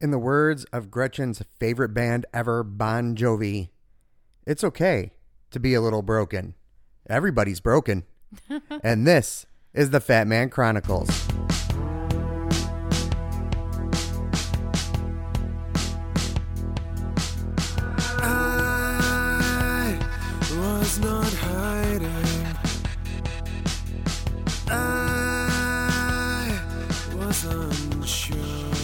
In the words of Gretchen's favorite band ever, Bon Jovi, it's okay to be a little broken. Everybody's broken. and this is the Fat Man Chronicles. I was not hiding. I was unsure.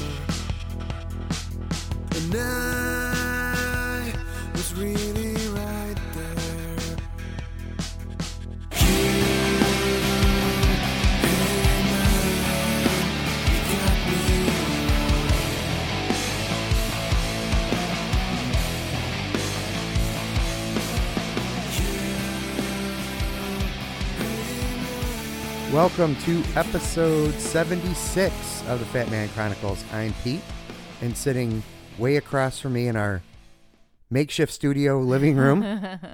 And I was really right there. Welcome to episode 76 of the Fat Man Chronicles. I'm Pete, and sitting way across from me in our makeshift studio living room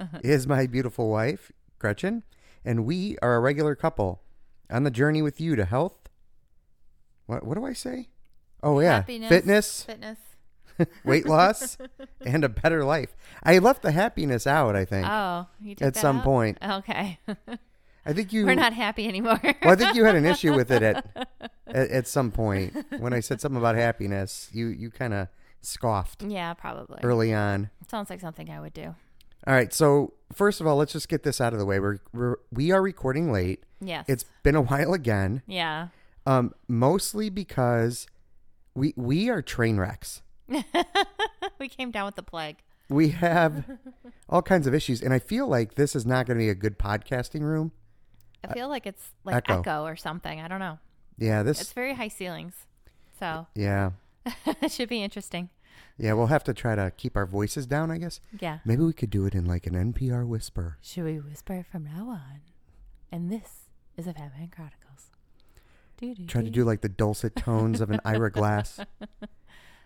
is my beautiful wife, Gretchen, and we are a regular couple on the journey with you to health. What, what do I say? Oh, yeah. Happiness, Fitness, Fitness. weight loss, and a better life. I left the happiness out, I think. Oh, you took At that some out? point. Okay. I think you. We're not happy anymore. well, I think you had an issue with it at at, at some point when I said something about happiness. You you kind of scoffed yeah, probably. early on. Sounds like something I would do. All right, so first of all, let's just get this out of the way. We're, we're we are recording late. Yes. It's been a while again, yeah. um, mostly because we we are train wrecks. we came down with the plague. We have all kinds of issues, and I feel like this is not going to be a good podcasting room. I feel like it's like Uh, echo. echo. or something. I don't know. Yeah, this. It's very high ceilings. So yeah, it should be interesting. yeah, we'll have to try to keep our voices down, I guess. Yeah. Maybe we could do it in like an NPR whisper. Should we whisper from now on? And this is a Batman Chronicles. Doo-doo-doo. Try to do like the dulcet tones of an Ira Glass.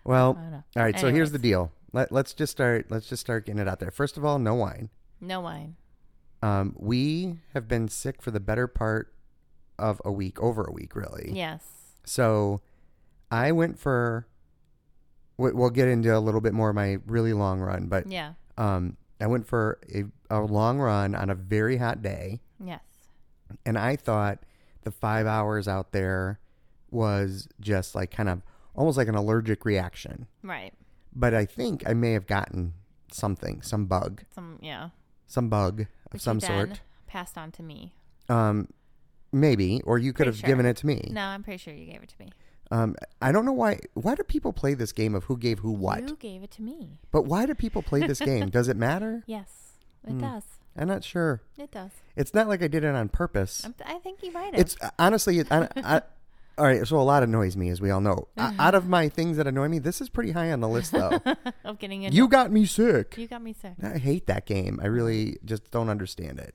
Well, I don't know. all right. So here's Anyways. the deal. Let, let's just start. Let's just start getting it out there. First of all, no wine. No wine. Um, we have been sick for the better part of a week, over a week, really. Yes. So I went for. we- We'll get into a little bit more of my really long run, but Yeah. um, I went for a, a long run on a very hot day. Yes. and I thought the five hours out there was just like kind of almost like an allergic reaction. Right. But I think I may have gotten something, some bug, Some yeah. some bug of Which you some then sort. Passed on to me. Um, maybe, or you could Pretty have sure. given it to me. No, I'm pretty sure you gave it to me. Um, I don't know why. Why do people play this game of who gave who what? You gave it to me. But why do people play this game? Does it matter? Yes, it Hmm. does. I'm not sure. It does. It's not like I did it on purpose. I'm, I think you might have. It's uh, honestly, it, I, I, all right. So a lot annoys me, as we all know. O- Out of my things that annoy me, this is pretty high on the list, though. of getting it. you got me sick. you got me sick. I hate that game. I really just don't understand it,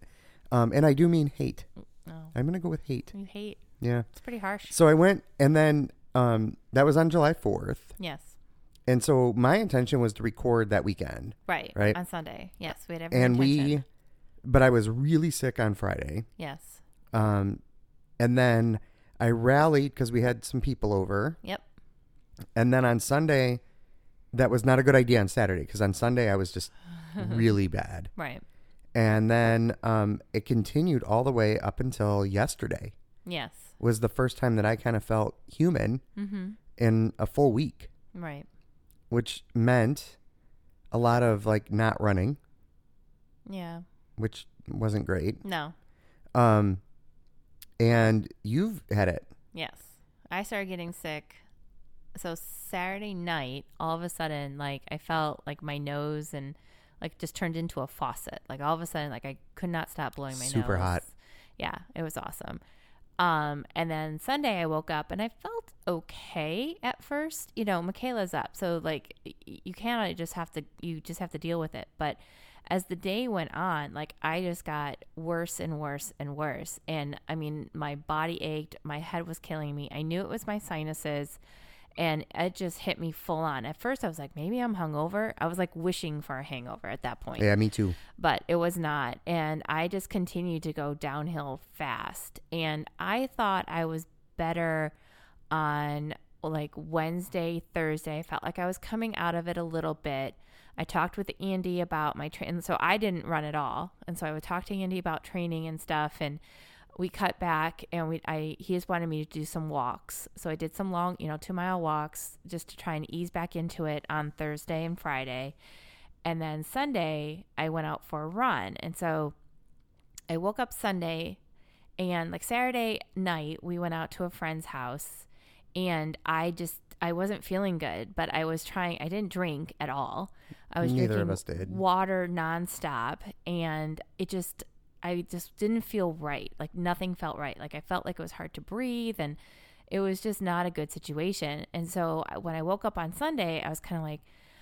um, and I do mean hate. No, I'm gonna go with hate. you hate. Yeah. It's pretty harsh. So I went, and then um, that was on July 4th, yes, and so my intention was to record that weekend, right. Right. on Sunday. Yes, we had every and we, intention. but I was really sick on Friday, Yes. um, and then I rallied because we had some people over. Yep. And then on Sunday, that was not a good idea on Saturday because on Sunday I was just really bad. Right. And then um, it continued all the way up until yesterday Yes. Mm-hmm. was the first time that I kind of felt human in a full week, Right. which meant a lot of like not running, Yeah. which wasn't great. No. Um, and you've had it. Yes. I started getting sick. So Saturday night, all of a sudden, like I felt like my nose and like just turned into a faucet. Like all of a sudden, like I could not stop blowing my nose. Super hot. Yeah, it was awesome. Um, and then Sunday I woke up and I felt okay at first. You know, Michaela's up, so like y- you cannot just have to you just have to deal with it. But as the day went on, like I just got worse and worse and worse. And I mean, my body ached, my head was killing me. I knew it was my sinuses. And it just hit me full on. At first, I was like, maybe I'm hungover. I was like wishing for a hangover at that point Yeah, me too. but it was not. And I just continued to go downhill fast. And I thought I was better on like Wednesday, Thursday. I felt like I was coming out of it a little bit. I talked with Andy about my train, so I didn't run at all, and so I would talk to Andy about training and stuff, and we cut back, and we I he just wanted me to do some walks, so I did some long, you know, two mile walks just to try and ease back into it on Thursday and Friday, and then Sunday I went out for a run, and so I woke up Sunday and like Saturday night, we went out to a friend's house and I just I wasn't feeling good, but I was trying I didn't drink at all. I was Neither drinking of us did. water nonstop and it just I just didn't feel right. Like nothing felt right. Like I felt like it was hard to breathe and it was just not a good situation. And so I- when I woke up on Sunday, I was kind of like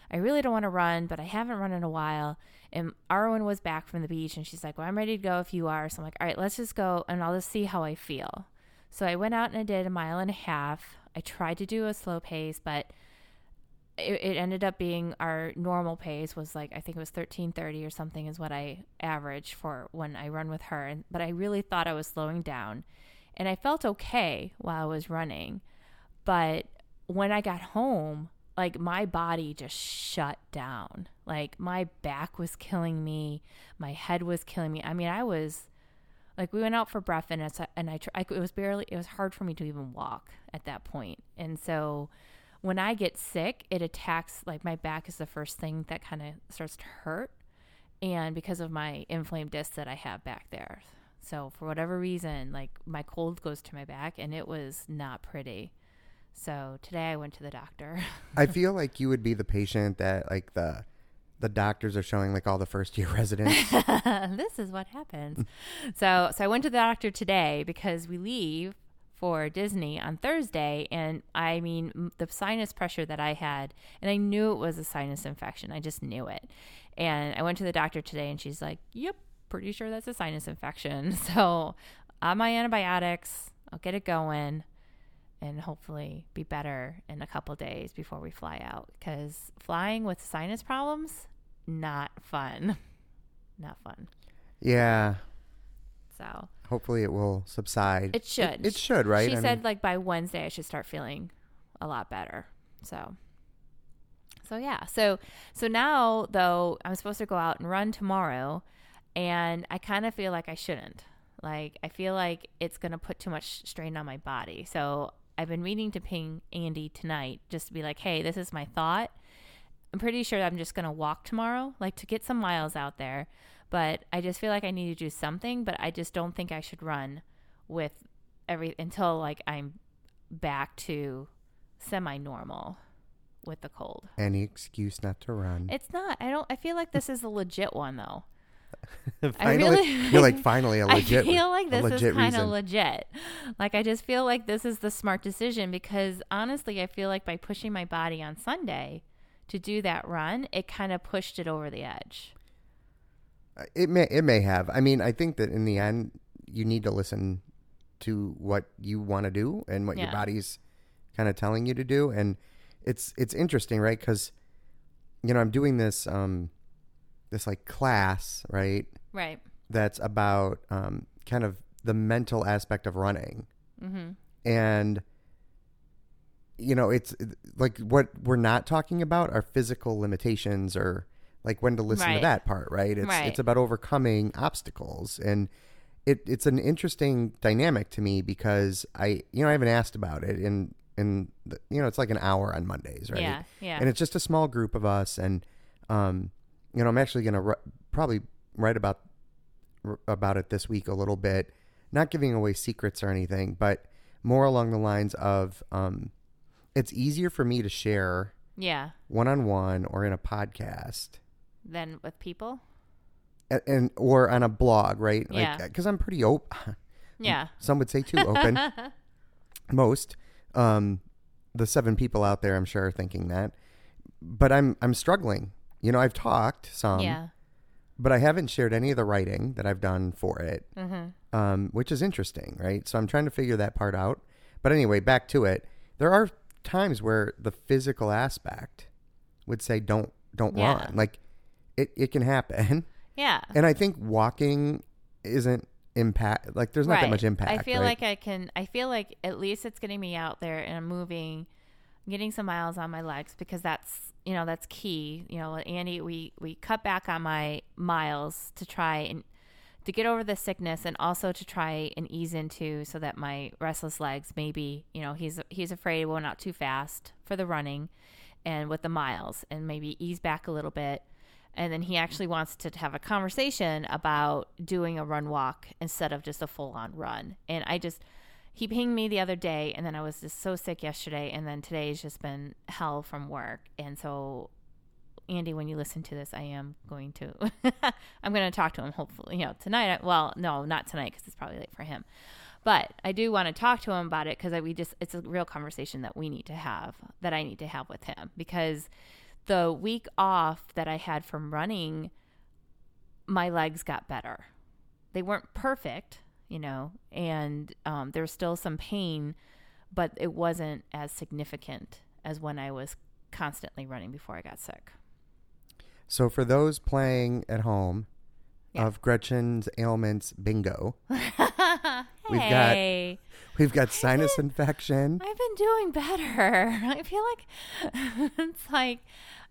I really don't want to run, but I haven't run in a while. And Arwen was back from the beach and she's like, Well, I'm ready to go if you are. So I'm like, All right, let's just go and I'll just see how I feel. So I went out and I did a mile and a half. I tried to do a slow pace, but it, it ended up being our normal pace was like I think it was thirteen thirty or something is what I averaged for when I run with her. And, but I really thought I was slowing down, and I felt okay while I was running, but when I got home, like my body just shut down. Like my back was killing me, my head was killing me. I mean, I was like we went out for breakfast and, it's- and I, tr- I c- it was barely it was hard for me to even walk at that point and so when i get sick it attacks like my back is the first thing that kind of starts to hurt and because of my inflamed disc that i have back there so for whatever reason like my cold goes to my back and it was not pretty so today i went to the doctor I feel like you would be the patient that like the the doctors are showing like all the first year residents. this is what happens. so, so I went to the doctor today because we leave for Disney on Thursday, and I mean m- the sinus pressure that I had, and I knew it was a sinus infection. I just knew it, and I went to the doctor today, and she's like, "Yep, pretty sure that's a sinus infection." So, on my antibiotics, I'll get it going. And hopefully be better in a couple days before we fly out. Because flying with sinus problems, not fun. Not fun. yeah. So Hopefully it will subside. it should. It, should, right? She I said mean, like by Wednesday I should start feeling a lot better. So so yeah. So so now though I'm supposed to go out and run tomorrow and I kind of feel like I shouldn't. Like I feel like it's going to put too much strain on my body. So I've been meaning to ping Andy tonight just to be like, "Hey, this is my thought." I'm pretty sure I'm just going to walk tomorrow, like to get some miles out there. But I just feel like I need to do something, but I just don't think I should run with every until like I'm back to semi normal with the cold. any excuse not to run. It's not. I don't I feel like this is a legit one though. finally, really- you're like finally a legit. I feel like a this legit is kind of reason. legit. Like I just feel like this is the smart decision because honestly, I feel like by pushing my body on Sunday to do that run, it kind of pushed it over the edge. Uh, It may it may have. I mean, I think that in the end, you need to listen to what you want to do and what your Yeah. body's kind of telling you to do. And it's it's interesting, right? Because you know, I'm doing this um this like class, right? Right. That's about um kind of the mental aspect of running, and you know, it's like what we're not talking about are physical limitations or like when to listen to Right. that part, right? It's Right. it's about overcoming obstacles and it it's an interesting dynamic to me because I you know, I haven't asked about it in in the, you know, it's like an hour on Mondays, right? Yeah, yeah. And it's just a small group of us and um you know, I'm actually going to ri- probably write about r- about it this week a little bit, not giving away secrets or anything, but more along the lines of um it's easier for me to share Yeah. one on one or in a podcast Then with people. a- and or on a blog, right? Yeah. Because I'm pretty open. Yeah. Some would say too open. Most, um, the seven people out there, I'm sure, are thinking that. But I'm I'm struggling. You know, I've talked some, yeah. but I haven't shared any of the writing that I've done for it, Mm-hmm. um, which is interesting, right? So I'm trying to figure that part out. But anyway, back to it. There are times where the physical aspect would say don't don't Yeah. run. Like it, it can happen. Yeah. And I think walking isn't impact like there's not that much impact. I feel right? like I can. I feel like at least it's getting me out there and I'm moving. getting some miles on my legs because that's you know that's key. You know, Andy, we we cut back on my miles to try and to get over the sickness and also to try and ease into so that my restless legs maybe you know he's he's afraid well not too fast for the running and with the miles and maybe ease back a little bit and then he actually wants to have a conversation about doing a run walk instead of just a full on run and i just he pinged me the other day and then i was just so sick yesterday and then today's just been hell from work and so Andy, when you listen to this, I am going to, I'm going to talk to him. Hopefully, you know, tonight. I- Well, no, not tonight because it's probably late for him. But I do want to talk to him about it because we just, it's a real conversation that we need to have, that I need to have with him because the week off that I had from running, my legs got better. They weren't perfect, you know, and um, there was still some pain, but it wasn't as significant as when I was constantly running before I got sick. So for those playing at home Yeah. of Gretchen's ailments bingo, We've got- hey, we've got sinus infection. I've been doing better. I feel like it's like,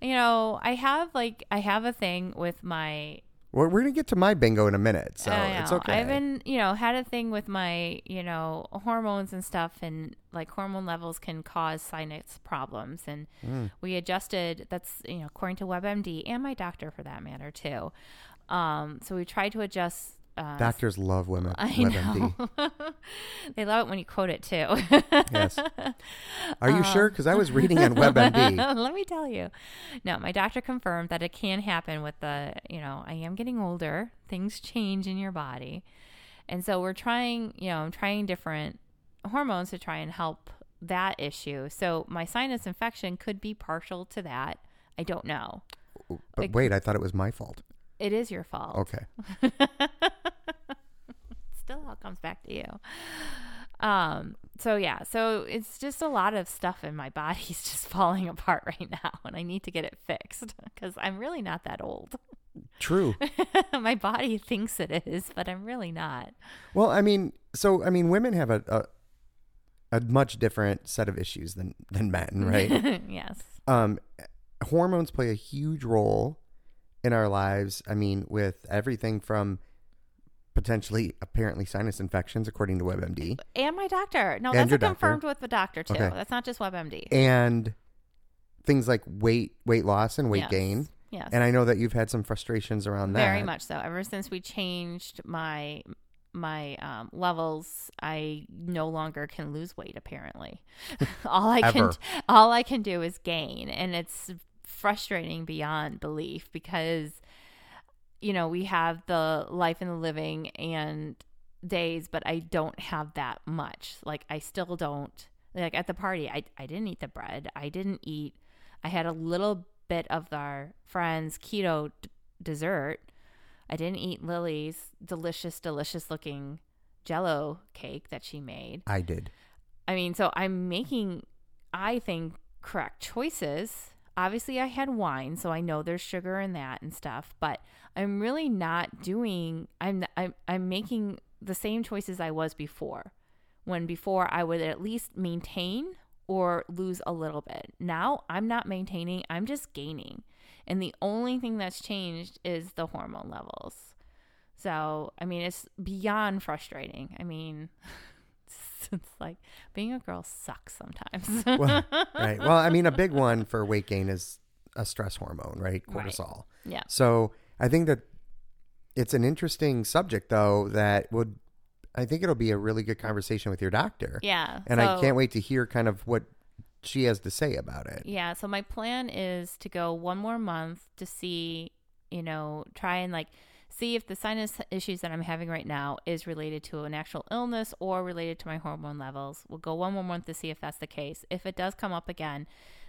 you know, I have like I have a thing with my. We're, we're gonna get to my bingo in a minute, so I it's know, okay. I've been, you know, had a thing with my, you know, hormones and stuff, and like hormone levels can cause sinus problems, and Mm. we adjusted. That's you know, according to WebMD and my doctor for that matter too. Um, so we tried to adjust. Uh, Doctors love women. I WebMD. know. they love it when you quote it too. Yes. Are Uh, you sure? Because I was reading on WebMD. Let me tell you. No, my doctor confirmed that it can happen with the, you know, I am getting older, things change in your body. And so we're trying, you know, I'm trying different hormones to try and help that issue. So my sinus infection could be partial to that. I don't know. But wait, I thought it was my fault. It is your fault. Okay. still all comes back to you. Um, so yeah, so it's just a lot of stuff in my body's just falling apart right now and I need to get it fixed cuz I'm really not that old. True. my body thinks it is, but I'm really not. Well, I mean, so I mean, women have a a, a much different set of issues than than men, Mm, right? yes. um, hormones play a huge role in our lives. I mean, with everything from potentially apparently sinus infections, according to WebMD, And my doctor. No, And that's your a doctor. confirmed with the doctor too. Okay. That's not just WebMD. and things like weight weight loss and weight Yes. gain. Yes. And I know that you've had some frustrations around that. Very much so. Ever since we changed my my um, levels, I no longer can lose weight. Apparently, all I Ever. can all I can do is gain, and it's frustrating beyond belief because you know we have the life and the living and days, but I don't have that much. Like I still don't like at the party. I I didn't eat the bread. I didn't eat. I had a little bit of our friend's keto d- dessert. I didn't eat Lily's delicious, delicious looking jello cake that she made. I did. I mean, so I'm making, I think, correct choices. Obviously, I had wine, so I know there's sugar in that and stuff, but I'm really not doing, I'm, I'm, I'm making the same choices I was before. When before I would at least maintain or lose a little bit. Now I'm not maintaining, I'm just gaining. And the only thing that's changed is the hormone levels. So, I mean, it's beyond frustrating. I mean, it's, it's like being a girl sucks sometimes. Well, right. Well, I mean, a big one for weight gain is a stress hormone, right? Right. Cortisol. yeah. So I think that it's an interesting subject, though, that would, I think it'll be a really good conversation with your doctor. Yeah. And I so- can't wait to hear kind of what she has to say about it. Yeah. So my plan is to go one more month to see, you know, try and like see if the sinus issues that I'm having right now is related to an actual illness or related to my hormone levels. We'll go one more month to see if that's the case. If it does come up again,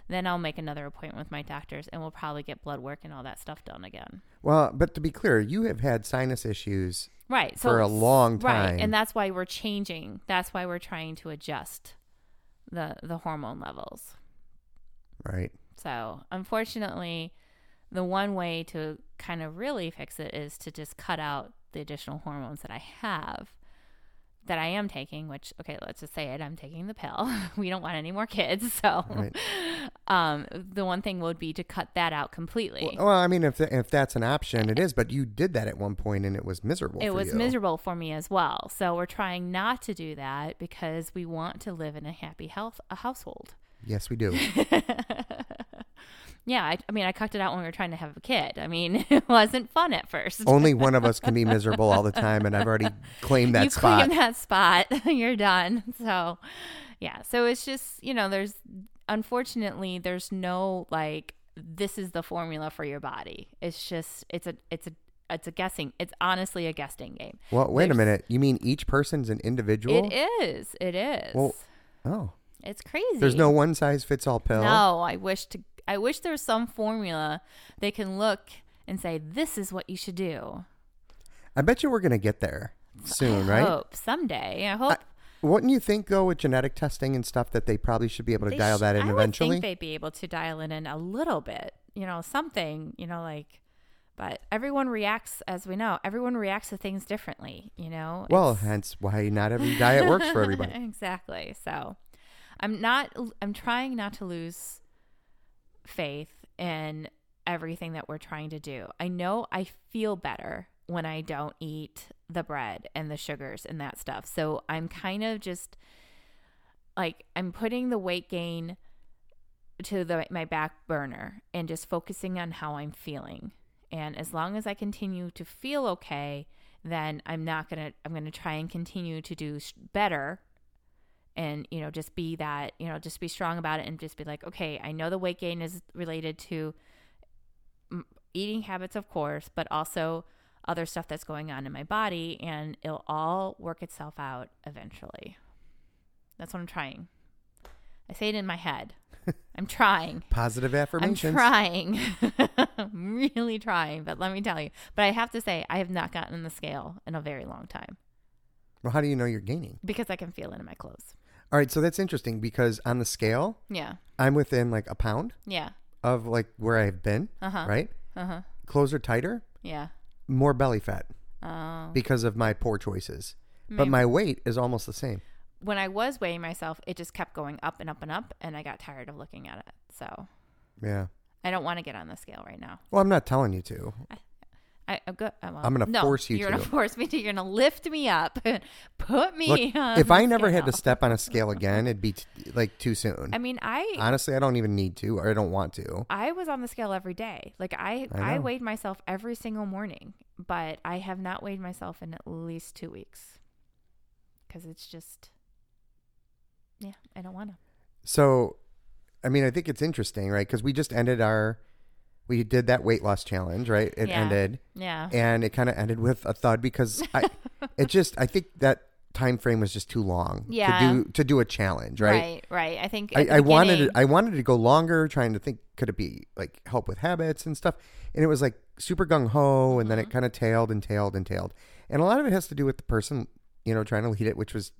then I'll make another appointment with my doctors and we'll probably get blood work and all that stuff done again. Well, but to be clear, you have had sinus issues. Right. So for a long time. Right. And that's why we're changing. That's why we're trying to adjust the the hormone levels. Right. So, unfortunately, the one way to kind of really fix it is to just cut out the additional hormones that I have that I am taking, which okay, let's just say it, I'm taking the pill. we don't want any more kids, so Right. um, the one thing would be to cut that out completely. Well, I mean, if if that's an option, it is. But you did that at one point, and it was miserable. it oh, for was you. miserable for me as well. So we're trying not to do that because we want to live in a happy health a household. Yes, we do. Yeah, I, I mean, I cucked it out when we were trying to have a kid. I mean, it wasn't fun at first. Only one of us can be miserable all the time, and I've already claimed that you spot. claim that spot, you're done. So, yeah. So it's just you know, there's unfortunately there's no like this is the formula for your body. It's just it's a it's a it's a guessing. It's honestly a guessing game. well, wait a There's- minute. You mean each person's an individual? It is. It is. Well, oh, it's crazy. there's no one size fits all pill. No, I wish to. I wish there was some formula they can look and say this is what you should do. I bet you we're gonna get there soon, right? Hope someday. I hope. Wouldn't you think, though, with genetic testing and stuff, that they probably should be able to they dial sh- that in I would eventually? think they'd be able to dial it in a little bit, you know, something, you know, like. But everyone reacts, as we know, everyone reacts to things differently, you know. well, It's- hence why not every diet works for everybody. exactly. So, I'm not. I'm trying not to lose faith in everything that we're trying to do. I know I feel better when I don't eat the bread and the sugars and that stuff. So I'm kind of just like I'm putting the weight gain to the my back burner and just focusing on how I'm feeling. And as long as I continue to feel okay, then I'm not going to I'm going to try and continue to do s- better and you know just be that, you know, just be strong about it and just be like, okay, I know the weight gain is related to m- eating habits of course, but also other stuff that's going on in my body and it'll all work itself out eventually. That's what I'm trying. I say it in my head. I'm trying. Positive affirmations. I'm trying. I'm really trying, but let me tell you. But I have to say, I have not gotten on the scale in a very long time well, how do you know you're gaining? because I can feel it in my clothes. All right, so that's interesting because on the scale, Yeah. I'm within like a pound Yeah. of like where I've been, Uh-huh. right? Uh huh. Clothes are tighter, Yeah. more belly fat Oh. because of my poor choices. But my weight is almost the same. When I was weighing myself, it just kept going up and up and up, and I got tired of looking at it. So Yeah. I don't want to get on the scale right now. Well, I'm not telling you to. I, I'm, go- oh, well, I'm gonna no, force you You're to. gonna force me to. You're gonna lift me up, put me. Look, on if the I never had to scale. step on a scale again, it'd be t- like too soon. I mean, I Honestly, I don't even need to or I don't want to. I was on the scale every day. Like I, I I, know. weighed myself every single morning, but I have not weighed myself in at least two weeks because it's just, yeah, I don't want to. So, I mean, I think it's interesting, right? Because we just ended our, we did that weight loss challenge, right? It Yeah. Uh-huh. ended, Yeah, and it kind of ended with a thud because I, it just, I think that time frame was just too long. Yeah. To do to do a challenge, right? right, right. I think I, I wanted it, it. I wanted to go longer, trying to think could it be like help with habits and stuff, and it was like super gung ho, and then Mm-hmm. it kind of tailed and tailed and tailed, and a lot of it has to do with the person, you know, trying to lead it, which was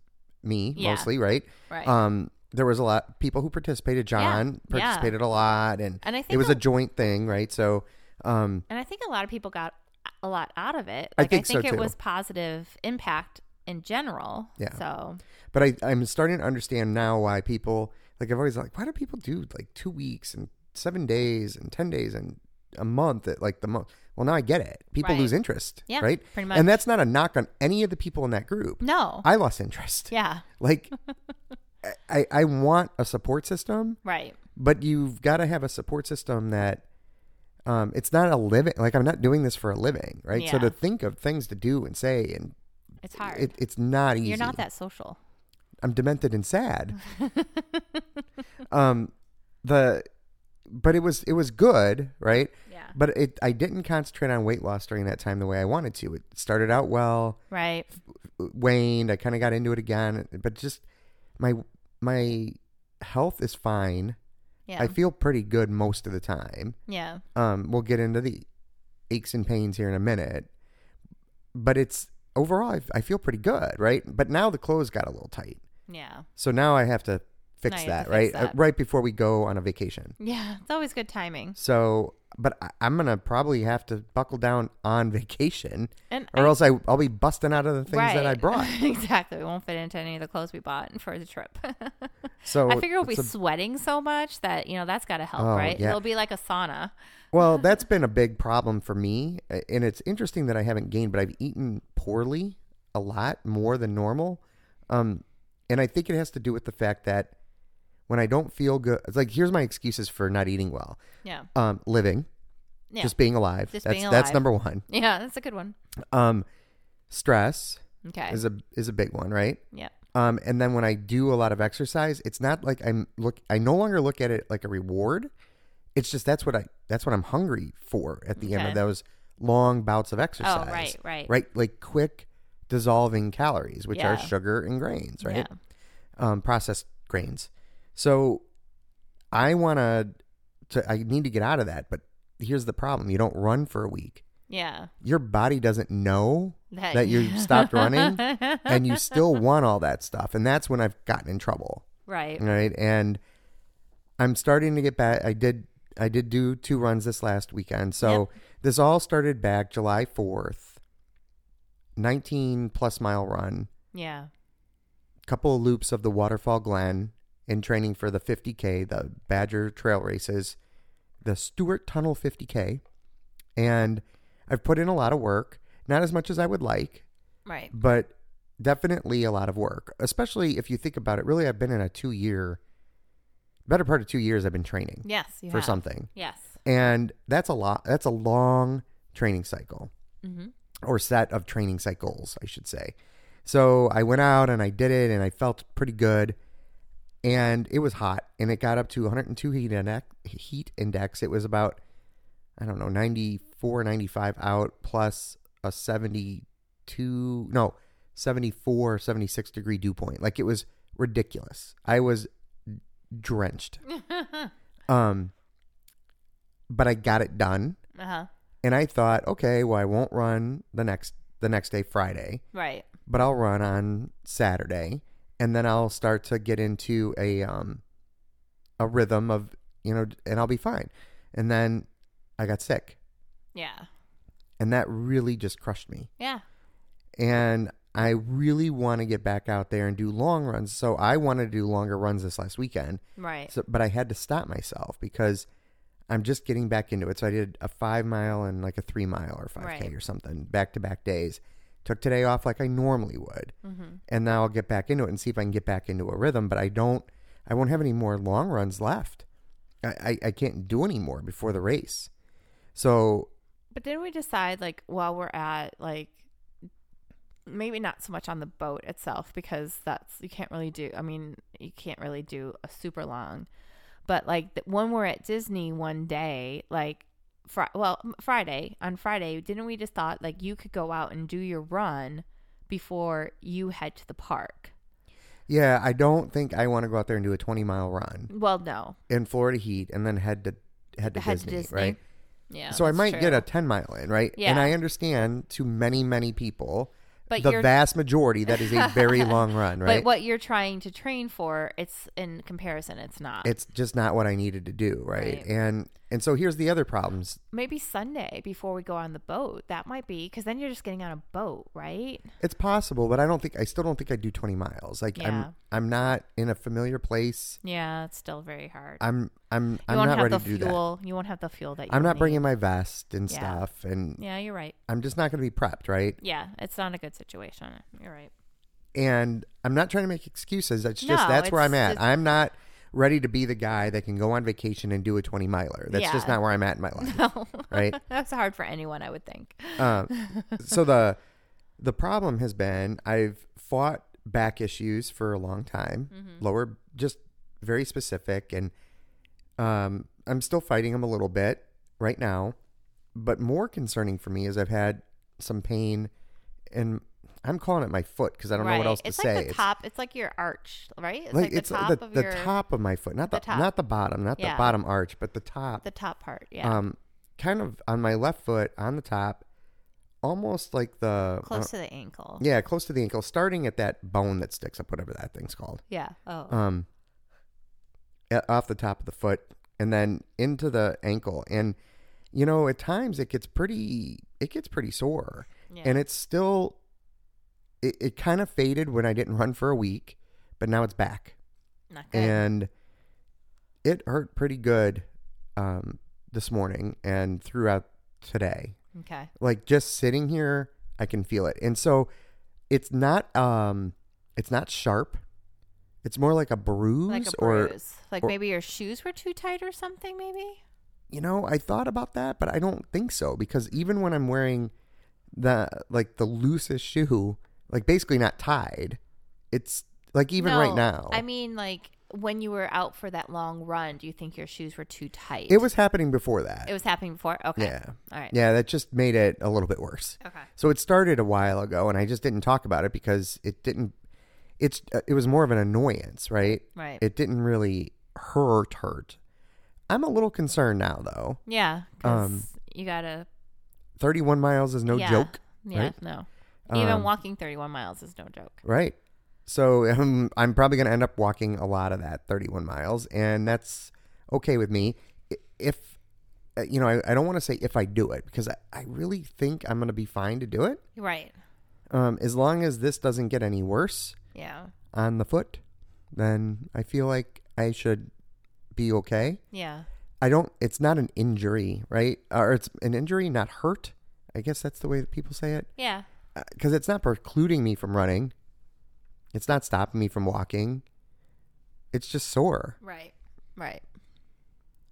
me Yeah. mostly, right? right. Um, there was a lot people who participated. John Yeah. participated a lot, and, And I it think was a a- joint thing, right? So, um, and I think a lot of people got a lot out of it. I Like, think so, it too. was positive impact in general. Yeah. So but I, I'm starting to understand now why people like I've always like why do people do like two weeks and seven days and ten days and a month at like the month. Well, now I get it. People Right. lose interest, Yeah, right? pretty And much. that's not a knock on any of the people in that group. no, I lost interest. yeah, Like, I- I I want a support system. right, but you've got to have a support system that um, it's not a living like i'm not doing this for a living right so Yeah. to think of things to do and say and it's hard. it, it's not easy You're not that social. i'm demented and sad um the but it was it was good right Yeah. but it i didn't concentrate on weight loss during that time the way i wanted to it started out well Right. waned i kind of got into it again but just my my health is fine Yeah. i feel pretty good most of the time yeah. um, we'll get into the aches and pains here in a minute, but it's overall I, I feel pretty good, right? But now the clothes got a little tight, Yeah. so now I have to fix Now you that, have to right? fix Uh, that. right before we go on a vacation. Yeah. It's always good timing. So but I, I'm gonna probably have to buckle down on vacation, And or I- else I, I'll be busting out of the things that I Right. brought. exactly. We won't fit into any of the clothes we bought for the trip. So I figure we'll be it's a- sweating so much that, you know, that's got to help, Oh, right? yeah. It'll be like a sauna. Well, that's been a big problem for me, uh, and it's interesting that I haven't gained, but I've eaten poorly a lot more than normal, um, and I think it has to do with the fact that when I don't feel good, it's like here's my excuses for not eating well: Yeah. um, living, Yeah. just being alive. Just that's being that's alive. number one. yeah, that's a good one. Um, stress Okay. is a is a big one, right? yeah. Um, and then when I do a lot of exercise, it's not like I'm look. I no longer look at it like a reward. It's just that's what I that's what I'm hungry for at the end of Okay. Oh, those long bouts of exercise. right, right. right. Like quick dissolving calories, which are Yeah. sugar and grains, right? Yeah. Um, processed grains. So I want to. I need to get out of that, but here's the problem: you don't run for a week. Yeah. Your body doesn't know That- that you stopped running and you still want all that stuff. And that's when I've gotten in trouble. Right. Right. And I'm starting to get back. I did, I did do two runs this last weekend. So this all started back July 4th, 19 plus mile run, Yeah. couple of loops of the Waterfall Glen in training for the 50K, the Badger Trail Races, the Stewart Tunnel 50K. And I've put in a lot of work, not as much as I would like Right. but definitely a lot of work, especially if you think about it. Really, I've been in a two year, better part of two years, I've been training Yes. You for have. something. Yes. And that's a lot, that's a long training cycle Mm-hmm. or set of training cycles, I should say. So I went out and I did it and I felt pretty good. And it was hot and it got up to 102 heat index. Heat index. It was about, I don't know, 94, 95 out plus a 72, no, 74, 76 degree dew point. Like it was ridiculous. I was drenched. um, but I got it done Uh huh. and I thought, okay, well, I won't run the next the next day, Friday, Right. but I'll run on Saturday, and then I'll start to get into a um a rhythm of you know, and I'll be fine. And then I got sick, Yeah. and that really just crushed me. Yeah. And I really want to get back out there and do long runs, so I wanted to do longer runs this last weekend. Right. So, but I had to stop myself because I'm just getting back into it. So I did a five mile and like a three mile or 5K Right. or something back to back days. Took today off like I normally would. Mm-hmm. And now I'll get back into it and see if I can get back into a rhythm. But I don't, I won't have any more long runs left. I, I, I can't do any more before the race. So But didn't we decide like while we're at like maybe not so much on the boat itself because that's you can't really do I mean you can't really do a super long but like th- when we're at Disney one day like fr- well m- Friday on Friday didn't we just thought like you could go out and do your run before you head to the park yeah, I don't think I want to go out there and do a 20 mile run well no in Florida heat and then head to head to, head Disney, to Disney right? yeah so I that's might true. get a 10 mile in, right? And Yeah. I understand to many, many people, But the you're- vast majority, that is a very long run, right? but what you're trying to train for it's in comparison it's not it's just not what I needed to do, right? Right. And and so here's the other problems. maybe Sunday before we go on the boat. That might be because then you're just getting on a boat, right? It's possible, but I don't think I still don't think I do 20 miles. Like Yeah. I'm I'm not in a familiar place. Yeah, it's still very hard. I'm I'm you I'm won't not have ready to do the that. fuel. You won't have the fuel that you I'm not need. bringing my vest and Yeah. stuff and Yeah, you're right. I'm just not going to be prepped, right? Yeah, it's not a good situation. You're right. and I'm not trying to make excuses. It's just No, that's where I'm it's- at. it's- I'm not ready to be the guy that can go on vacation and do a 20 miler. That's just Yeah. not where I'm at in my life, No, right? that's hard for anyone, I would think. Uh, so the the problem has been I've fought back issues for a long time, Mm-hmm. lower, just very specific, and um, I'm still fighting them a little bit right now. But more concerning for me is I've had some pain, and I'm calling it my foot because I don't know what else to it's say. like the It's- top. It's like your arch, right? It's like, like, it's the uh, top the, of the your top of my foot, not the, the top. not the bottom, not the Yeah. bottom arch, but the top. the top part. Yeah, Um, kind of on my left foot on the top, almost like the close uh, to the ankle. yeah, close to the ankle, starting at that bone that sticks up, whatever that thing's called. Yeah. Oh. Um, a- off the top of the foot, and then into the ankle, and you know, at times it gets pretty it gets pretty sore. Yeah. And it's still it, it kind of faded when I didn't run for a week, but now it's back. Not good. And it hurt pretty good um this morning and throughout today. okay. Like just sitting here, I can feel it. And so it's not um it's not sharp. It's more like a bruise, Like a or bruise. like or- maybe your shoes were too tight or something, maybe? you know, I thought about that, but I don't think so because even when I'm wearing the like the loosest shoe, like basically not tied, it's like even right No, now. I mean, like when you were out for that long run, do you think your shoes were too tight? it was happening before that. It was happening before? Okay. Yeah. All right. Yeah, that just made it a little bit worse. Okay. So it started a while ago and I just didn't talk about it because it didn't it's uh, it was more of an annoyance, right? Right. It didn't really hurt hurt. I'm a little concerned now though. yeah. 'cause Um, you got to. 31 miles is no yeah, joke, Yeah. right? No. Even Um, walking 31 miles is no joke. right? So um, I'm probably going to end up walking a lot of that 31 miles and that's okay with me I- if uh, you know, I, I don't want to say if I do it because I, I really think I'm going to be fine to do it. Right. um, as long as this doesn't get any worse Yeah. on the foot, then I feel like I should be okay. Yeah. I don't. It's not an injury, right? Or it's an injury, not hurt. I guess that's the way that people say it, Yeah. because it's not precluding me from running. It's not stopping me from walking. It's just sore. Right. Right.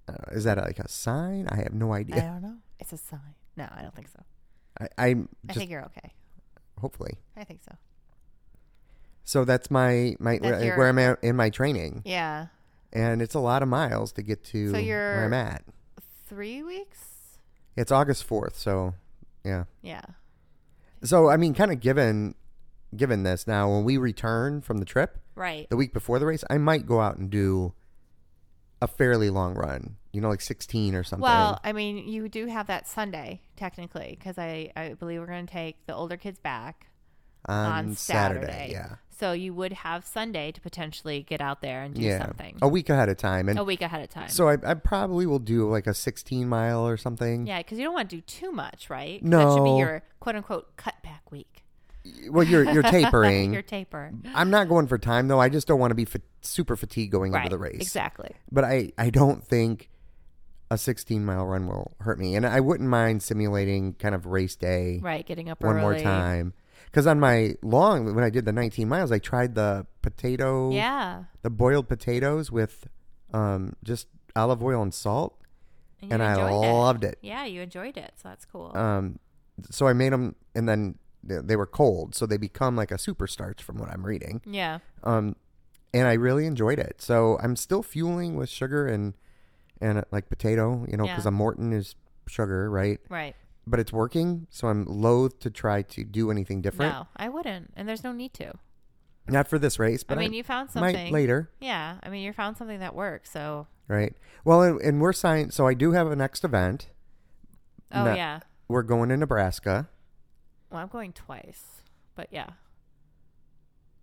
Uh, is that like a sign? I have no I idea. don't know. It's a sign. No, I don't think so. I, I'm I just think you're okay. hopefully. I think so. So that's my my That's where, your- where I'm at in my training, Yeah. and it's a lot of miles to get to So where you're- I'm at. Three weeks? It's August fourth, so yeah. Yeah. So I mean, kind of given given this now, when we return from the trip Right. the week before the race, I might go out and do a fairly long run. You know, like sixteen or something. Well, I mean, you do have that Sunday technically because I, I believe we're going to take the older kids back on, on Saturday, Saturday. yeah, So you would have Sunday to potentially get out there and do yeah, something a week ahead of time, and a week ahead of time. so I, I probably will do like a sixteen mile or something. yeah, because you don't want to do too much, right? 'Cause That No. should be your quote unquote cutback week. Well, you're you're tapering. your taper. I'm not going for time though. I just don't want to be fa- super fatigued going Right. into the race. Exactly. but I, I don't think a 16 mile run will hurt me. And I wouldn't mind simulating kind of race day Right. Getting up Mm-hmm. one early. more time. Because on my long, when I did the 19 miles, I tried the potato, Yeah. the boiled potatoes with um, just olive oil and salt. you And I enjoyed loved it. Yeah, you enjoyed it. So that's cool. Um, so I made them, and then they, they were cold. So they become like a super starch from what I'm reading. yeah. Um, and I really enjoyed it. So I'm still fueling with sugar and and uh, like potato, you know, because Yeah. a Morton is sugar, right? Right. But it's working, so I'm loath to try to do anything different. No, I wouldn't. And there's no need to. Not for this race, but I mean, you found might something. later, Yeah. I mean, you found something that works. So, right? Well, and, and we're signed, so I do have a next event. oh, No. yeah. We're going to Nebraska. Well, I'm going twice, but yeah.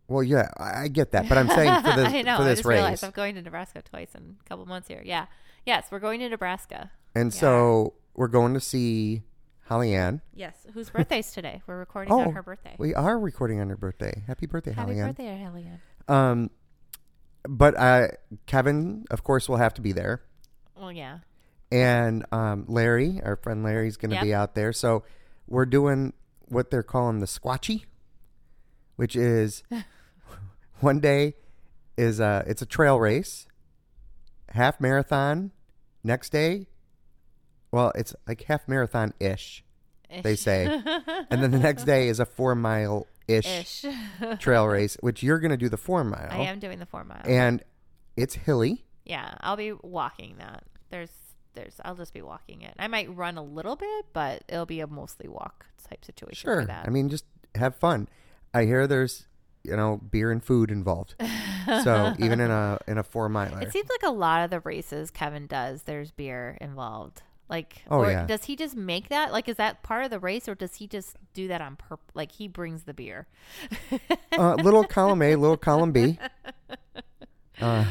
Well, yeah, I, I get that, but I'm saying for this I know. for I this just race, realized I'm going to Nebraska twice in a couple months here. Yeah. Yes, we're going to Nebraska. and so we're going to see Holly Ann. Yes. Whose birthday's today? We're recording on her birthday. we are recording on her birthday. Happy birthday, Happy Holly Oh, Ann. birthday, Hellion. Um, but uh, Kevin, of course, will have to be there, Well, yeah. and um, Larry, our friend Larry's going to Yep. be out there. So we're doing what they're calling the squatchy, which is one day is a it's a trail race, half marathon. Next day, well, it's like half marathon ish, they say, and then the next day is a four mile ish Ish. trail race, which you're going to do the four mile. I am doing the four mile. Oh. and it's hilly. yeah, I'll be walking that. There's, there's. I'll just be walking it. I might run a little bit, but it'll be a mostly walk type situation. For Sure, that. I mean, just have fun. I hear there's, you know, beer and food involved. so even in a in a four miler, It seems like a lot of the races Kevin does, there's beer involved. Like, Oh, or yeah. does he just make that? Like, is that part of the race, or does he just do that on purpose? Like, he brings the beer. uh, little column A, little column B. Uh,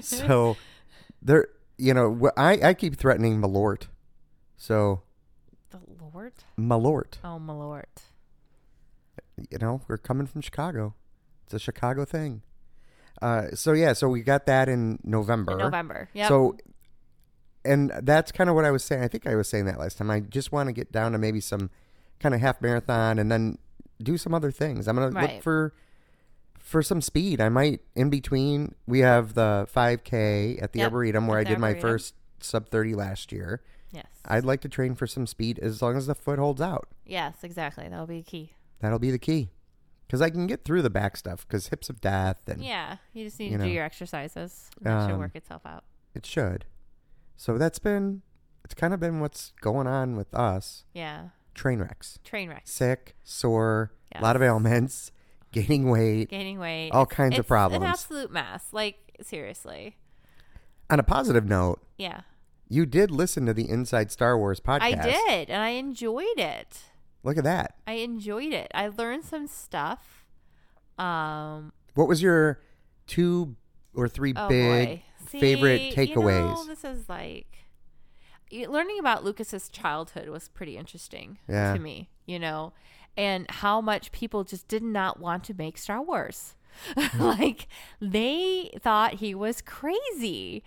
so there, you know, wh- I I keep threatening Malort. So, The Lord? my lord, Oh, my Lord. you know, we're coming from Chicago. It's a Chicago thing. Uh, so yeah, so we got that in November. In November. Yep. So, and that's kind of what I was saying. I think I was saying that last time. I just want to get down to maybe some kind of half marathon and then do some other things. I'm gonna look Right. for for some speed. I might in between. We have the 5K at the Yep, Arboretum where at I the did my Arboretum. first sub 30 last year. yes. I'd like to train for some speed as long as the foot holds out. yes, exactly. That'll be key. That'll be the key. Because I can get through the back stuff because hips of death and Yeah. You just need You to know. do your exercises. and That should Um, work itself out. it should. So that's been, it's kind of been what's going on with us. Yeah. Train wrecks. Train wreck. Sick, sore, a Yes. lot of ailments, gaining weight. Gaining weight. All It's- kinds of it's problems. An absolute mess. Like, seriously. On a positive note, Yeah. you did listen to the Inside Star Wars podcast. I did, and I enjoyed it. Look at that. I enjoyed it. I learned some stuff. Um, What was your two or three oh big boy. favorite See, you know, takeaways? this is like y- learning about Lucas's childhood was pretty interesting Yeah. to me, you know, and how much people just did not want to make Star Wars. like they thought he was crazy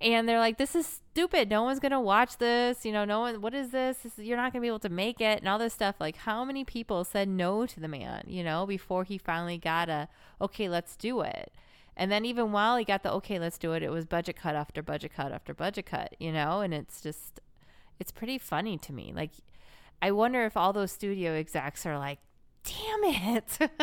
and they're like this is stupid no one's gonna watch this you know no one what is this, this you're not gonna be able to make it and all this stuff like how many people said no to the man you know before he finally got a okay let's do it and then even while he got the okay let's do it it was budget cut after budget cut after budget cut you know and it's just it's pretty funny to me like i wonder if all those studio execs are like damn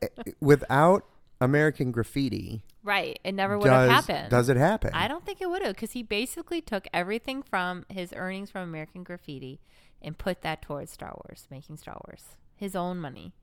it Without American Graffiti, Right. It never would have does, happened. does it happen? I don't think it would have because he basically took everything from his earnings from American Graffiti and put that towards Star Wars, making Star Wars his own money.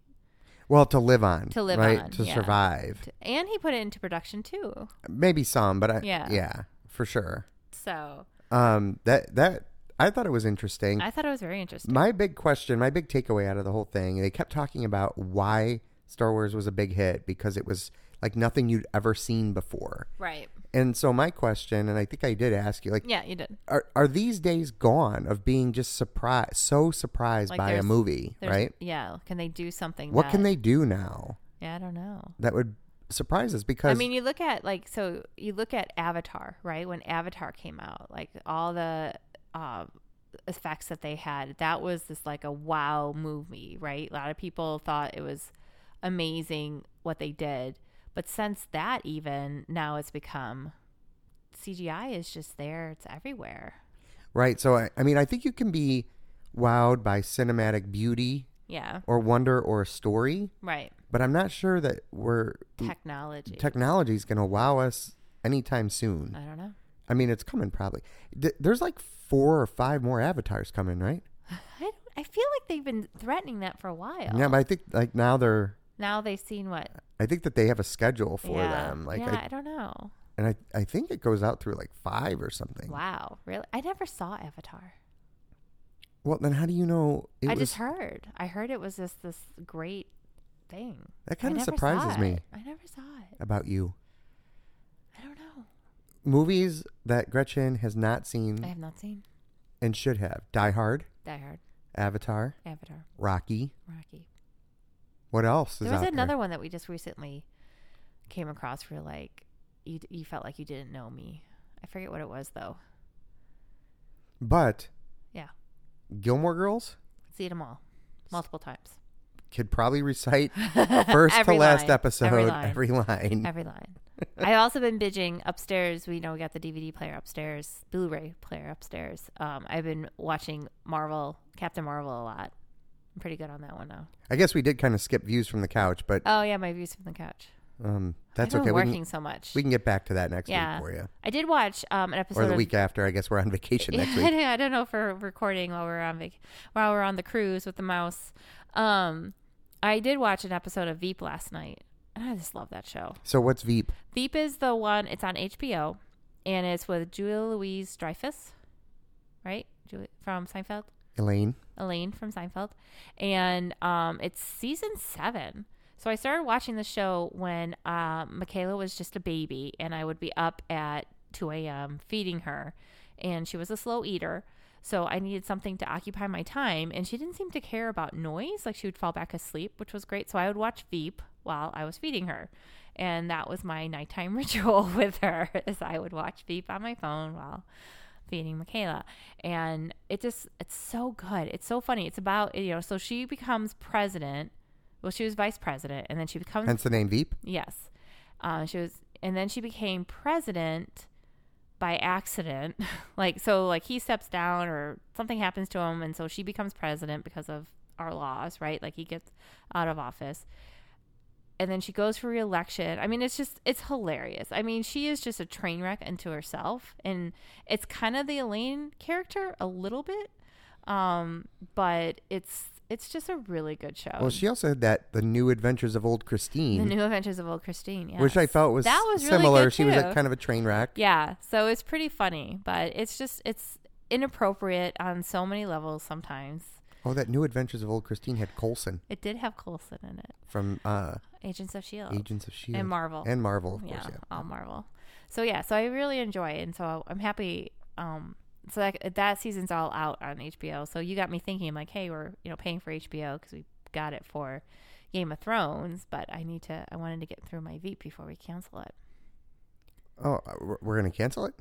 Well, to live on. To live right? on, To yeah. survive. And he put it into production too. Maybe some, but I, yeah. Yeah. yeah, for sure. So Um, that that I thought it was interesting. I thought it was very interesting. my big question, my big takeaway out of the whole thing, they kept talking about why Star Wars was a big hit because it was like nothing you'd ever seen before. Right. And so my question, and I think I did ask you, like, Yeah, you did. are are these days gone of being just surprised, so surprised Like, by a there's- movie, There's- right? Yeah. Can they do something? What can that- they do now Yeah, I don't know. that would surprise us? Because I mean, you look at like so you look at Avatar, right? When Avatar came out, like all the um, effects that they had, that was this like a wow movie, right? A lot of people thought it was amazing what they did, but since that, even now, it's become CGI is just there; it's everywhere. Right. So, I, I mean, I think you can be wowed by cinematic beauty Yeah, or wonder or a story, right. but I'm not sure that we're Technology. technology is going to wow us anytime soon. I don't know. I mean, it's coming probably. Th- there's like four or five more avatars coming, right? I don't, I feel like they've been threatening that for a while. Yeah, but I think like now they're. now they've seen what I think that they have a schedule for yeah. them, like, yeah, I, I don't know. and I, I think it goes out through like five or something. Wow, really? I never saw Avatar. Well, then how do you know? It I was, just heard. I heard it was just this great thing. That I kinda never saw surprises me. it. I never saw it. about you. I don't know. Movies that Gretchen has not I seen have not seen and should have: Die Hard, Die Hard, Avatar, Avatar, Rocky. Rocky. What else is There was out another one that we just recently came across for like you. You felt like you didn't know me. I forget what it was There? though. But Yeah, Gilmore Girls see them all multiple times. could probably recite first to Every last line, every episode every line. line. Every line. I've also been binging upstairs. We know we got the DVD player upstairs, Blu-ray player upstairs. Um, I've been watching Marvel, Captain Marvel a lot. I'm pretty good on that one now. I guess we did kind of skip views from the couch, but Oh yeah, my views from the couch. um, that's I've okay. been We Working can, so much. we can get back to that next yeah, week for you, I did watch um, an episode or the of- week after. I guess we're on vacation next week. I don't know if we're recording while we're on vac- while we're on the cruise with the mouse. Um, I did watch an episode of Veep last night, and I just love that show. So what's Veep? Veep is the one. It's on HBO, and it's with Julia Louise Dreyfus, right? Julie from Seinfeld, Elaine, Elaine from Seinfeld, and um, it's season seven. So I started watching the show when um, Michaela was just a baby, and I would be up at 2 a.m. feeding her, and she was a slow eater. So I needed something to occupy my time, and she didn't seem to care about noise. Like she would fall back asleep, which was great. So I would watch Veep while I was feeding her, and that was my nighttime ritual with her. Is I would watch Veep on my phone while feeding Michaela. And it just, it's so good. It's so funny. It's about, you know, so she becomes president. Well, she was vice president and then she becomes, Hence the name Veep. yes. Uh, she was, and then she became president by accident. like, so like he steps down or something happens to him. And so she becomes president because of our laws, right? Like he gets out of office. And then she goes for reelection. I mean, it's just, it's hilarious. I mean, she is just a train wreck unto herself. And it's kind of the Elaine character a little bit. Um, but it's, it's just a really good show. Well, she also had that The New Adventures of Old Oh. the Christine, New Adventures of Old Christine, yeah. which I felt was, That was really similar. good, she was too. like kind of a train wreck. Yeah, so it's pretty funny, but it's just it's inappropriate on so many levels sometimes. Oh, that New Adventures of Old Christine had Colson It did have Coulson in it. from uh, Agents of Shield. Agents of Shield Oh. Marvel. E and Marvel, of E yeah, course. Yeah. all Marvel. So yeah, so I really enjoy it and so I'm happy um so that that season's all out on HBO. So you got me thinking I'm like, "Hey, we're, you know, paying for HBO cuz we got it for Game of Thrones, but I need to I wanted to get through my Veep before we cancel it." Oh, uh, we're- we're gonna cancel it.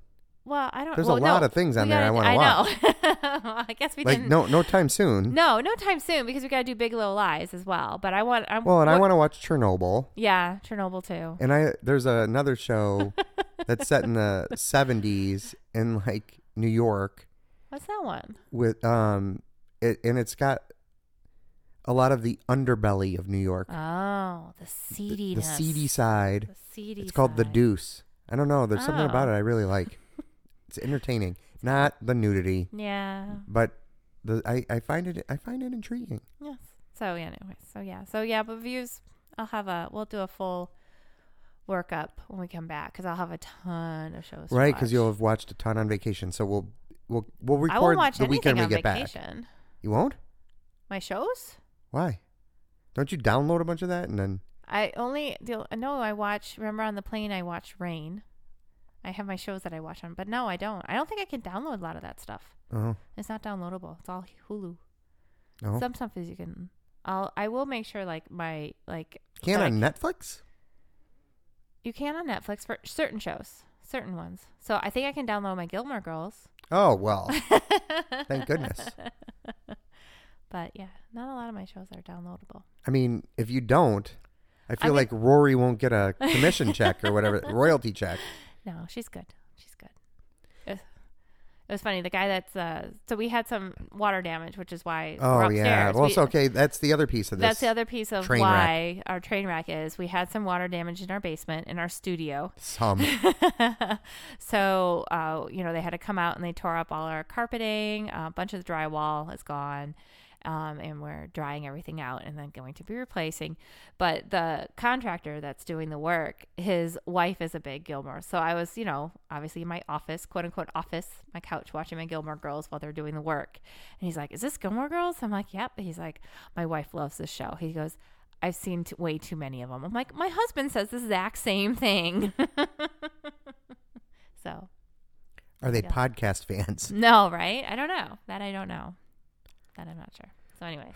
Well, I don't There's a well, no, lot of things on we there I gotta- wanna I know. I guess we Like didn't no, no time soon. No, no time soon because we got to do Big Little Lies as well. But I want. i Well, and I what- want to watch Chernobyl. Yeah, Chernobyl too. And I there's another show that's set in the 70s in like New York What's that one? with um it, and it's got a lot of the underbelly of New York. Oh, the the, seedy. the seedy side. The seedy. It's called The side. Deuce. I don't know, there's something Oh. about it I really like. it's entertaining. Not the nudity, Yeah. but the I, I find it I find it intriguing. Yes. So yeah. Anyway. So yeah. So yeah. But views. I'll have a. We'll do a full workup when we come back because I'll have a ton of shows. to Right, cuz watch. you'll have watched a ton on vacation, so we'll we'll we'll I record won't watch the anything weekend we on get back. vacation. You won't? My shows. Why? Don't you download a bunch of that and then I only the- no. I watch. Remember on the plane, I watch Rain. I have my shows that I watch on, but no, I don't. I don't think I can download a lot of that stuff. oh It's not downloadable. It's all Hulu. no Some stuff is you can. I'll. I will make sure like my like. can that I on Netflix? You can on Netflix for certain shows, certain ones. So I think I can download my Gilmore Girls. Oh well, thank goodness. But yeah, not a lot of my shows are downloadable. I mean, if you don't, I feel mean- like Rory won't get a commission check or whatever royalty check. No, she's good. She's good. It was, it was funny. The guy that's uh, so we had some water damage, which is why we're Oh upstairs. yeah, well We- it's okay. That's the other piece of this. That's the other piece of train wreck. why our train wreck is. We had some water damage in our basement in our studio. Some so uh, you know they had to come out and they tore up all our carpeting a bunch of the drywall is gone um, and we're drying everything out and then going to be replacing but the contractor that's doing the work his wife is a big gilmore so i was you know obviously in my office quote unquote office my couch watching my gilmore girls while they're doing the work and he's like is this gilmore girls i'm like yep he's like my wife loves this show he goes I've seen t- way too many of them. I'm like, my husband says the exact same thing. so, are they Yeah. podcast fans? no, right? I don't know. That I don't know. That I'm not sure. So, anyway,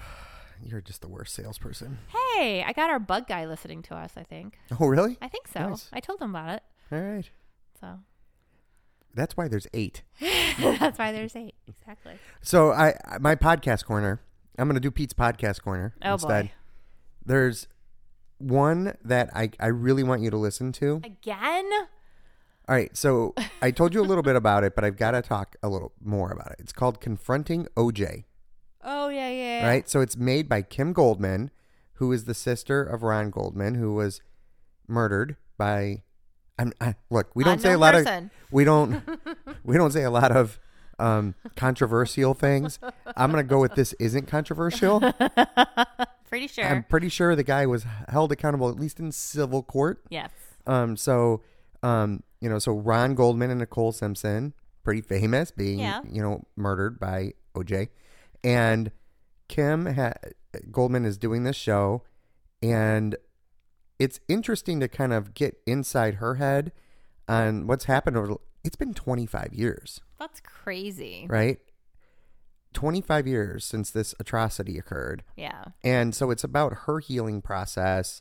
You're just the worst salesperson. hey, I got our bug guy listening to us, I think. Oh really? I think so. Nice. I told him about it. All right. So, That's why there's eight. that's why there's eight. Exactly. So I I- my podcast corner. I'm gonna do Pete's podcast corner Oh, instead. boy. There's one that I I really want you to listen to. Again? All right, so I told you a little bit about it, but I've got to talk a little more about it. It's called Confronting OJ, Oh, yeah, yeah. yeah. right? So it's made by Kim Goldman, who is the sister of Ron Goldman, who was murdered by. I'm, I, look, we don't say a Unknown lot person. of we don't we don't say a lot of um, controversial things. I'm gonna go with this isn't controversial. Pretty sure. I'm pretty sure the guy was held accountable at least in civil court. yes. Um, so, um, you know, so Ron Goldman and Nicole Simpson, pretty famous, being Yeah. you know murdered by OJ, and Kim ha- Goldman is doing this show, and it's interesting to kind of get inside her head on what's happened over. the- It's been 25 years, That's crazy. right? 25 years since this atrocity occurred. Yeah. And so it's about her healing process.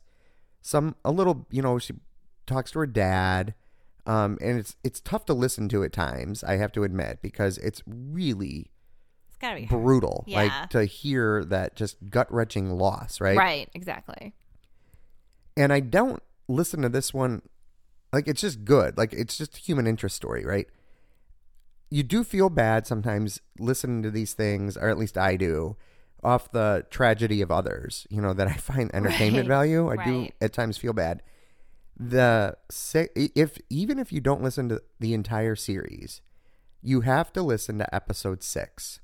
Some a little, you know, she talks to her dad. Um, and it's it's tough to listen to at times, I have to admit, because it's really It's gotta be hard. brutal. Yeah. Like to hear that just gut wrenching loss, right? Right, exactly. And I don't listen to this one like it's just good. Like it's just a human interest story, right? You do feel bad sometimes listening to these things, or at least I do, off the tragedy of others, you know, that I find entertainment Right. value. I do Right. at times feel bad. The se- if even if you don't listen to the entire series, you have to listen to episode 6.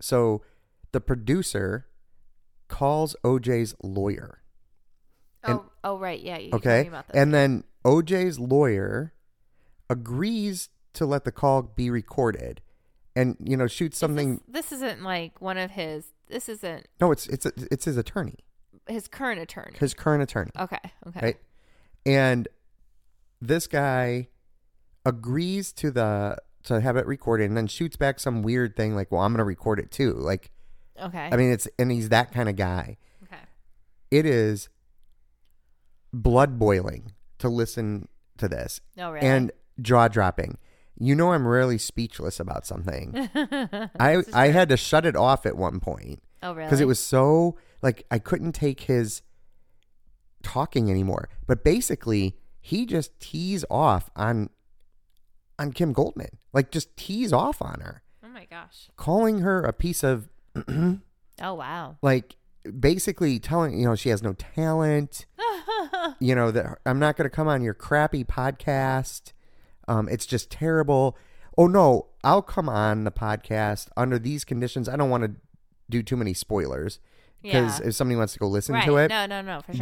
So the producer calls OJ's lawyer. And- oh, oh, right, yeah. You you told me Okay. about this. And then OJ's lawyer agrees to let the call be recorded and you know shoots something This, this isn't like one of his. This isn't no it's it's it's his attorney his current attorney. his current attorney Okay, okay. right and this guy agrees to the to have it recorded and then shoots back some weird thing like well I'm going to record it too like Okay. I mean it's and he's that kind of guy okay. it is blood boiling to listen to this No, Oh, really. and jaw dropping. You know, I'm rarely speechless about something. I I had to shut it off at one point oh, really? because it was so like I couldn't take his talking anymore. But basically, he just tees off on on Kim Goldman, like just tees off on her, Oh my gosh. calling her a piece of Oh wow. like basically telling you know she has no talent you know that i'm not going to come on your crappy podcast um, it's just terrible oh no i'll come on the podcast under these conditions i don't want to do too many spoilers because Yeah. if somebody wants to go listen Right. to it No, no, no. For sure.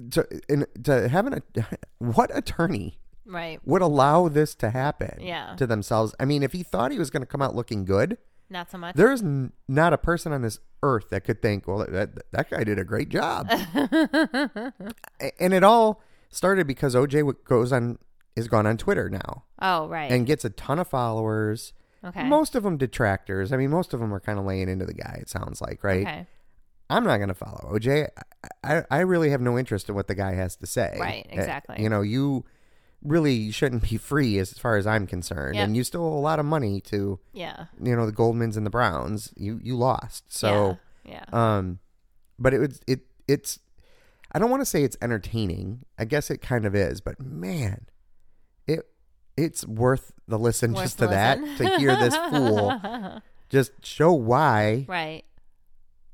but to, and to have an what attorney right. would allow this to happen Yeah. to themselves i mean if he thought he was going to come out looking good Not so much. there is n- not a person on this earth that could think, well, that, that guy did a great job. A- and it all started because OJ w- goes on is gone on Twitter now oh right. and gets a ton of followers. okay. Most of them detractors. I mean, most of them are kind of laying into the guy. It sounds like, right? okay. I'm not going to follow OJ. I, I I really have no interest in what the guy has to say. Right, Uh, exactly. you know, you really shouldn't be free as far as I'm concerned, Yep. and you stole a lot of money to Yeah. you know the Goldmans and the Browns. You you lost. So Yeah. yeah. um but it was it it's I don't want to say it's entertaining. I guess it kind of is, but man, it it's worth the listen Worth just the to that listen. to hear this fool just show why right.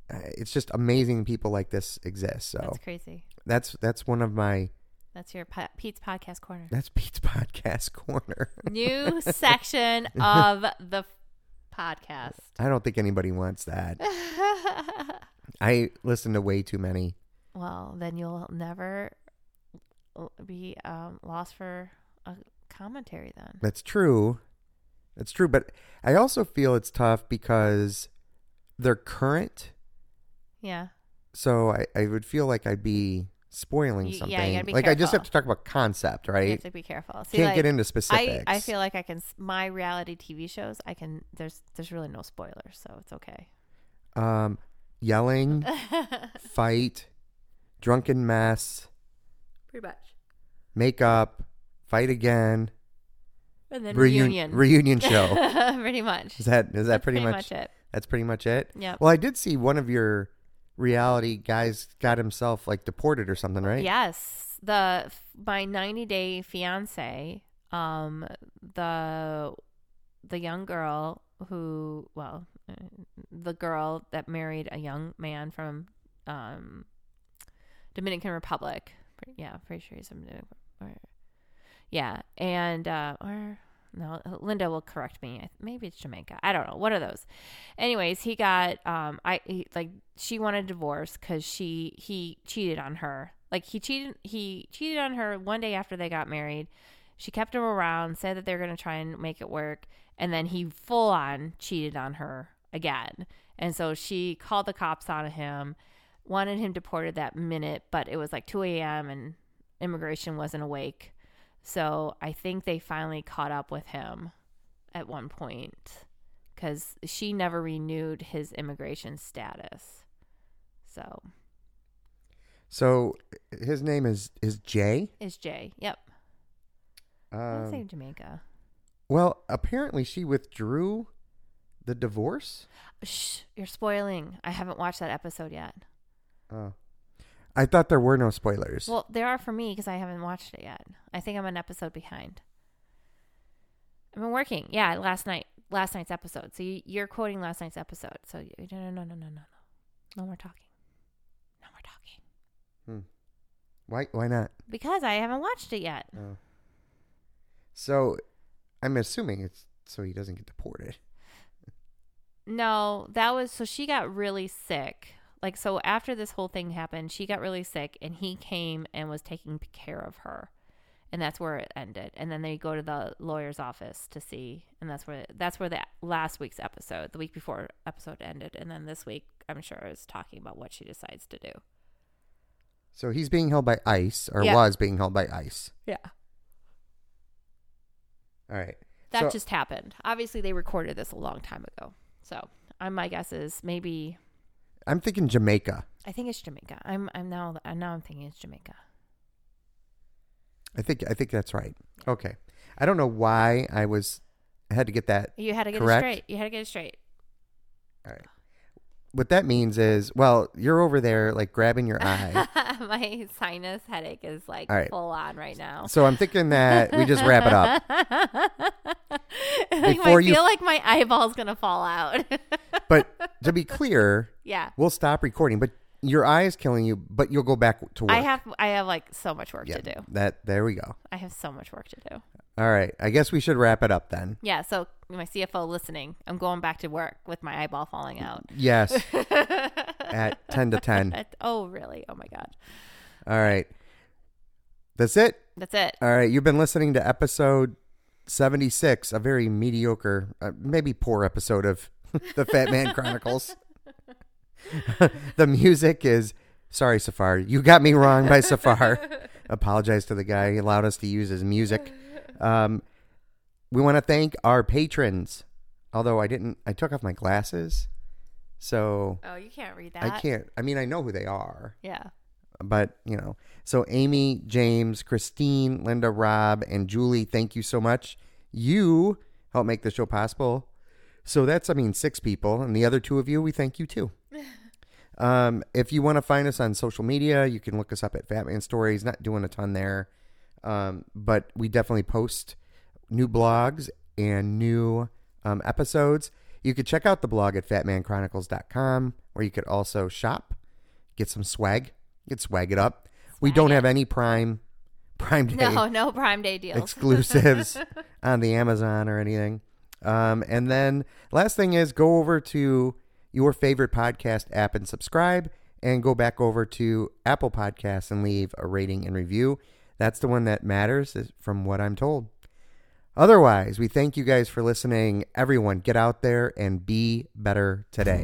uh, it's just amazing people like this exist. So That's crazy. that's that's one of my That's your po- Pete's podcast corner. that's Pete's podcast corner. New section of the podcast. I don't think anybody wants that. I listen to way too many. Well, then you'll never l- be um, lost for a commentary then. That's true. That's true. But I also feel it's tough because they're current. Yeah. So I, I would feel like I'd be spoiling You- yeah, something. you gotta be like I just have careful. to talk about concept, You right? have to be careful. See, Can't like, get into I, specifics. I feel like I can s- my reality TV shows. I can there's there's really no spoilers, so it's okay. um, yelling, fight, drunken mess, Pretty much. makeup, fight again, And then reun- reunion. reunion show. pretty much. is that is that That's pretty, much, it? That's pretty much it. Yep. Well, I did see one of your reality guys got himself like deported or something, right? Yes, the my 90 day fiance, um, the the young girl who, well, uh, the girl that married a young man from um, Dominican Republic. Pre- Yeah, pretty sure he's from Dominican. Or, yeah, and uh, or no, Linda will correct me. I- Maybe it's Jamaica. I don't know. One of those. Anyways, he got um, I he, like she wanted a divorce because she he cheated on her. Like he cheated he cheated on her one day after they got married. She kept him around, said that they're gonna try and make it work, and then he full on cheated on her again. And so she called the cops on him, wanted him deported that minute, but it was like 2 a.m. and immigration wasn't awake. So I think they finally caught up with him at one point because she never renewed his immigration status. So So his name is is Jay. is Jay. Yep. I would say Um, Jamaica. well, apparently she withdrew the divorce. Shh, you're spoiling. I haven't watched that episode yet. Oh. I thought there were no spoilers. Well, there are for me because I haven't watched it yet. I think I'm an episode behind. I've been working. Yeah, last night, last night's episode. So you, you're quoting last night's episode. So you, no, no, no, no, no, no, no, no more talking. No more talking Hmm. Why why not? because I haven't watched it yet. Oh. So I'm assuming it's so he doesn't get deported. No, that was so she got really sick. Like so after this whole thing happened, she got really sick and he came and was taking p- care of her. And that's where it ended. And then they go to the lawyer's office to see and that's where that's where the last week's episode, the week before episode ended. And then this week I'm sure is talking about what she decides to do. So he's being held by ICE or Yeah. was being held by ICE. Yeah. All right. That So- just happened. Obviously they recorded this a long time ago. So I my guess is maybe I'm thinking Jamaica. I think it's Jamaica. I'm I'm now uh, now I'm thinking it's Jamaica. I think I think that's right. Okay. I don't know why I was I had to get that You had to get Correct? it straight. You had to get it straight. All right. What that means is, well, you're over there like grabbing your eye. My sinus headache is like All right. full on right now. so I'm thinking that we just wrap it up. Like, Before I you- feel like my eyeball's gonna fall out. But to be clear, yeah, we'll stop recording. But your eye is killing you. But you'll go back to work. I have I have like so much work Yeah, to do. That there we go. I have so much work to do. All right. I guess we should wrap it up then. Yeah, so my CFO listening, I'm going back to work with my eyeball falling out. Yes. At ten to ten. That- oh really? Oh my god, All right. That's it. that's it. All right. You've been listening to episode seventy six, a very mediocre, uh, maybe poor episode of the Fat Man Chronicles. the music is sorry, Safar. You got me wrong by Safar. Apologize to the guy. He allowed us to use his music. Um, we want to thank our patrons. Although I didn't, I took off my glasses, so Oh, you can't read that. I can't. I mean, I know who they are, Yeah. but you know. So Amy, James, Christine, Linda, Rob, and Julie, thank you so much. You help make the show possible. So that's, I mean, six people, and the other two of you, we thank you too. um, if you want to find us on social media, you can look us up at Fatman Stories. Not doing a ton there, um, but we definitely post new blogs and new um, episodes. You could check out the blog at fatmanchronicles.com, where you could also shop, get some swag, get swag it up. We don't have any Prime Prime Day No, no Prime Day deals. exclusives on the Amazon or anything. Um, and then last thing is go over to your favorite podcast app and subscribe, and go back over to Apple Podcasts and leave a rating and review. That's the one that matters, is- from what I'm told. Otherwise, we thank you guys for listening. Everyone, get out there and be better today.